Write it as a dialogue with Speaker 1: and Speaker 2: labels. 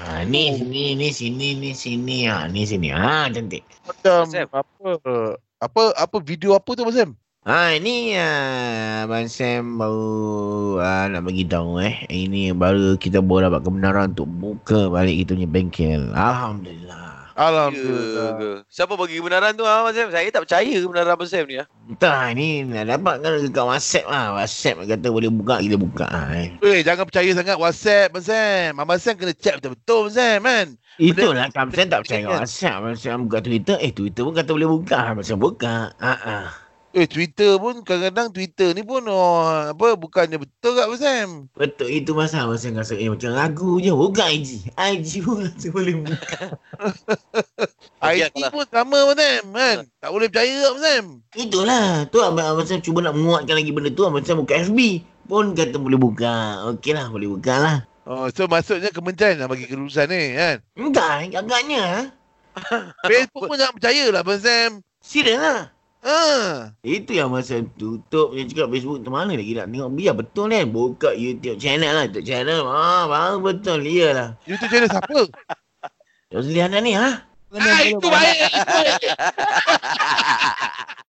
Speaker 1: Ha, ni sini, ni sini, ni sini. Ha, ni sini. Ha, cantik.
Speaker 2: Macam
Speaker 3: Sam.
Speaker 2: apa apa apa video apa tu Abang Sam?
Speaker 1: Ha, ni uh, Abang Sam baru uh, nak bagi tahu eh. Ini baru kita boleh dapat kebenaran untuk buka balik kita punya bengkel. Alhamdulillah.
Speaker 2: Alhamdulillah.
Speaker 3: Ya. Siapa bagi kebenaran tu ah, Abang Sam? Saya tak percaya kebenaran Abang Sam ni ah.
Speaker 1: Entah ni nak dapat kan dekat WhatsApp lah. WhatsApp kata boleh buka, kita buka. Ha, eh.
Speaker 2: Eh, jangan percaya sangat WhatsApp, Abang Sam. Abang Sam kena check betul-betul, Abang Sam, kan?
Speaker 1: Itulah Abang Sam tak percaya
Speaker 2: Benda-
Speaker 1: kat WhatsApp. Abang Sam buka Twitter. Eh, Twitter pun kata boleh buka. Abang Sam buka. Ha, ha.
Speaker 2: Eh, Twitter pun kadang-kadang Twitter ni pun oh, apa bukannya betul kat Abang Sam.
Speaker 1: Betul itu masa Abang Sam rasa eh macam ragu je. Buka IG. IG pun rasa boleh buka.
Speaker 3: Okey,
Speaker 2: IT
Speaker 3: kalau-
Speaker 2: pun sama Abang Sam, kan? Tak boleh percaya Abang Sam.
Speaker 1: Itulah. Tu Abang, Abang Sam cuba nak menguatkan lagi benda tu. Abang Sam buka FB. Pun kata boleh buka. Okey lah boleh buka lah.
Speaker 2: Oh, so maksudnya kementerian nak bagi kelulusan ni, kan?
Speaker 1: Enggak agaknya. ah.
Speaker 2: Facebook pun jangan percaya lah, Abang Sam.
Speaker 1: Serius lah.
Speaker 2: Ha.
Speaker 1: Itu yang Abang Sam tutup. Dia cakap Facebook tu mana lagi nak tengok. Biar betul kan. Buka YouTube channel lah. YouTube channel. Ah, baru betul. Iyalah.
Speaker 2: YouTube channel siapa?
Speaker 1: Rosliana ni ha?
Speaker 2: Ah, itu baik. Itu baik.